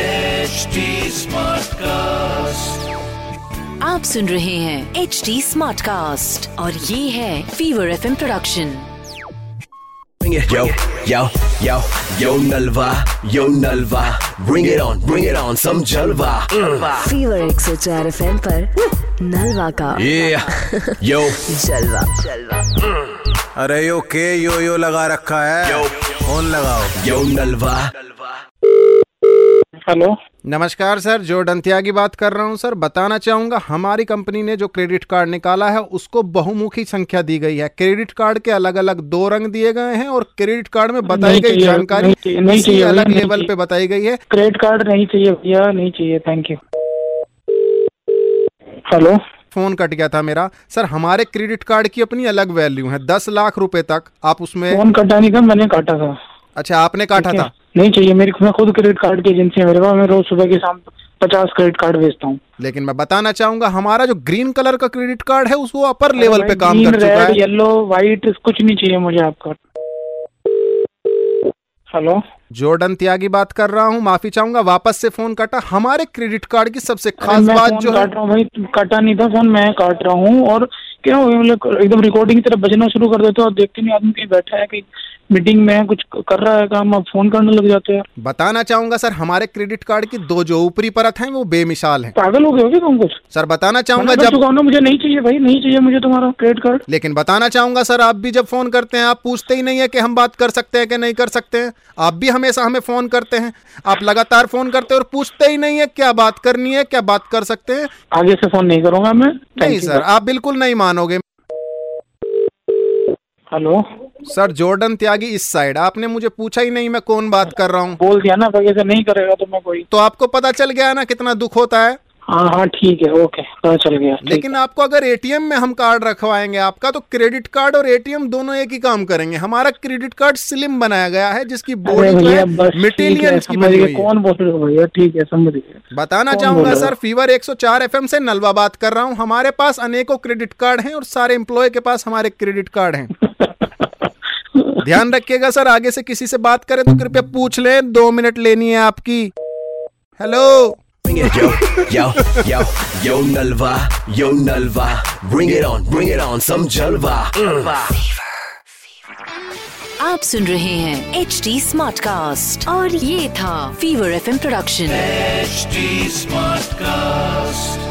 HD Smartcast. आप सुन रहे हैं एच डी स्मार्ट कास्ट और ये है Fever F production Bring it. Yo, yo, yo, yo Nalva, yo Nalva. Bring it on, bring it on, some Jalva. Mm. Fever एक सौ चार एफ एम नलवा का Yeah, yo, जलवा जलवा अरे यो के यो यो लगा रखा है Yo. फोन लगाओ yo Nalva. हेलो नमस्कार सर जो डंतिया की बात कर रहा हूँ सर बताना चाहूंगा हमारी कंपनी ने जो क्रेडिट कार्ड निकाला है उसको बहुमुखी संख्या दी गई है क्रेडिट कार्ड के अलग अलग दो रंग दिए गए हैं और क्रेडिट कार्ड में बताई नहीं गई चाहिए, जानकारी नहीं चाहिए, नहीं इसी चाहिए, अलग नहीं लेवल चाहिए। पे बताई गई है क्रेडिट कार्ड नहीं चाहिए भैया नहीं चाहिए thank you hello phone cut गया था मेरा सर हमारे क्रेडिट कार्ड की अपनी अलग वैल्यू है दस लाख रुपए तक आप उसमें फोन कटाने का मैंने काटा था अच्छा आपने काटा था नहीं चाहिए मेरे को मैं खुद क्रेडिट कार्ड की एजेंसी है मेरे पास मैं रोज सुबह के शाम पचास क्रेडिट कार्ड बेचता हूँ लेकिन मैं बताना चाहूंगा हमारा जो ग्रीन कलर का क्रेडिट कार्ड है उसको अपर लेवल पे काम कर चुका है रेड येलो व्हाइट कुछ नहीं चाहिए मुझे आपका हेलो जॉर्डन त्यागी बात कर रहा हूँ माफी चाहूंगा वापस से फोन कटा हमारे क्रेडिट कार्ड की सबसे खास मैं बात फोन जो है काट रहा हूँ भाई काटा नहीं था फोन मैं काट रहा हूँ और क्या हुआ, मतलब एकदम रिकॉर्डिंग की तरफ बजना शुरू कर देते हो और देखते नहीं आदमी कहीं बैठा है कहीं मीटिंग में है कुछ कर रहा है काम आप फोन करने लग जाते हो यार। बताना चाहूंगा सर हमारे क्रेडिट कार्ड की दो जो ऊपरी परत हैं वो बेमिसाल हैं पागल हो गए हो क्या तुम कुछ सर बताना मैंने चाहूंगा कर अच्छा, जब चुका हूँ ना मुझे नहीं चाहिए भाई नहीं चाहिए मुझे तुम्हारा क्रेडिट कार्ड लेकिन बताना चाहूंगा सर आप भी जब फोन करते हैं आप पूछते ही नहीं है कि हम बात कर सकते हैं कि नहीं कर सकते हैं आप भी हमेशा हमें फोन करते हैं आप लगातार फोन करते हैं और पूछते ही नहीं है क्या बात करनी है क्या बात कर सकते हैं आगे से फोन नहीं करूंगा मैं Thank नहीं you, सर आप बिल्कुल नहीं मानोगे हेलो सर जॉर्डन त्यागी इस साइड आपने मुझे पूछा ही नहीं मैं कौन बात कर रहा हूँ बोल दिया ना आगे से नहीं करेगा तो मैं कोई तो आपको पता चल गया है ना कितना दुख होता है हाँ हाँ ठीक है ओके पता चल गया ठीक। लेकिन आपको अगर एटीएम में हम कार्ड रखवाएंगे आपका तो क्रेडिट कार्ड और एटीएम दोनों एक ही काम करेंगे हमारा क्रेडिट कार्ड स्लिम बनाया गया है जिसकी अरे बॉडी जो भैया है बस ठीक है मिटेलियंस की समझ बनी गए हुई है कौन बोल रहे हो भैया ठीक है समझ गया बताना कौन बोल चाहूंगा रहा सर है? फीवर 104 एफएम से नलवा बात कर रहा हूँ हमारे पास अनेकों क्रेडिट कार्ड हैं और सारे एम्प्लॉय के पास हमारे क्रेडिट कार्ड हैं ध्यान रखिएगा सर आगे से किसी से बात करें तो कृपया पूछ लें दो मिनट लेनी है आपकी hello Bring it, yo, yo, yo, yo Nalva, yo Nalva. Bring it on, bring it on, some Jalva. Mm. आप सुन रहे हैं एच डी स्मार्ट कास्ट और ये था Fever F production HD Smartcast.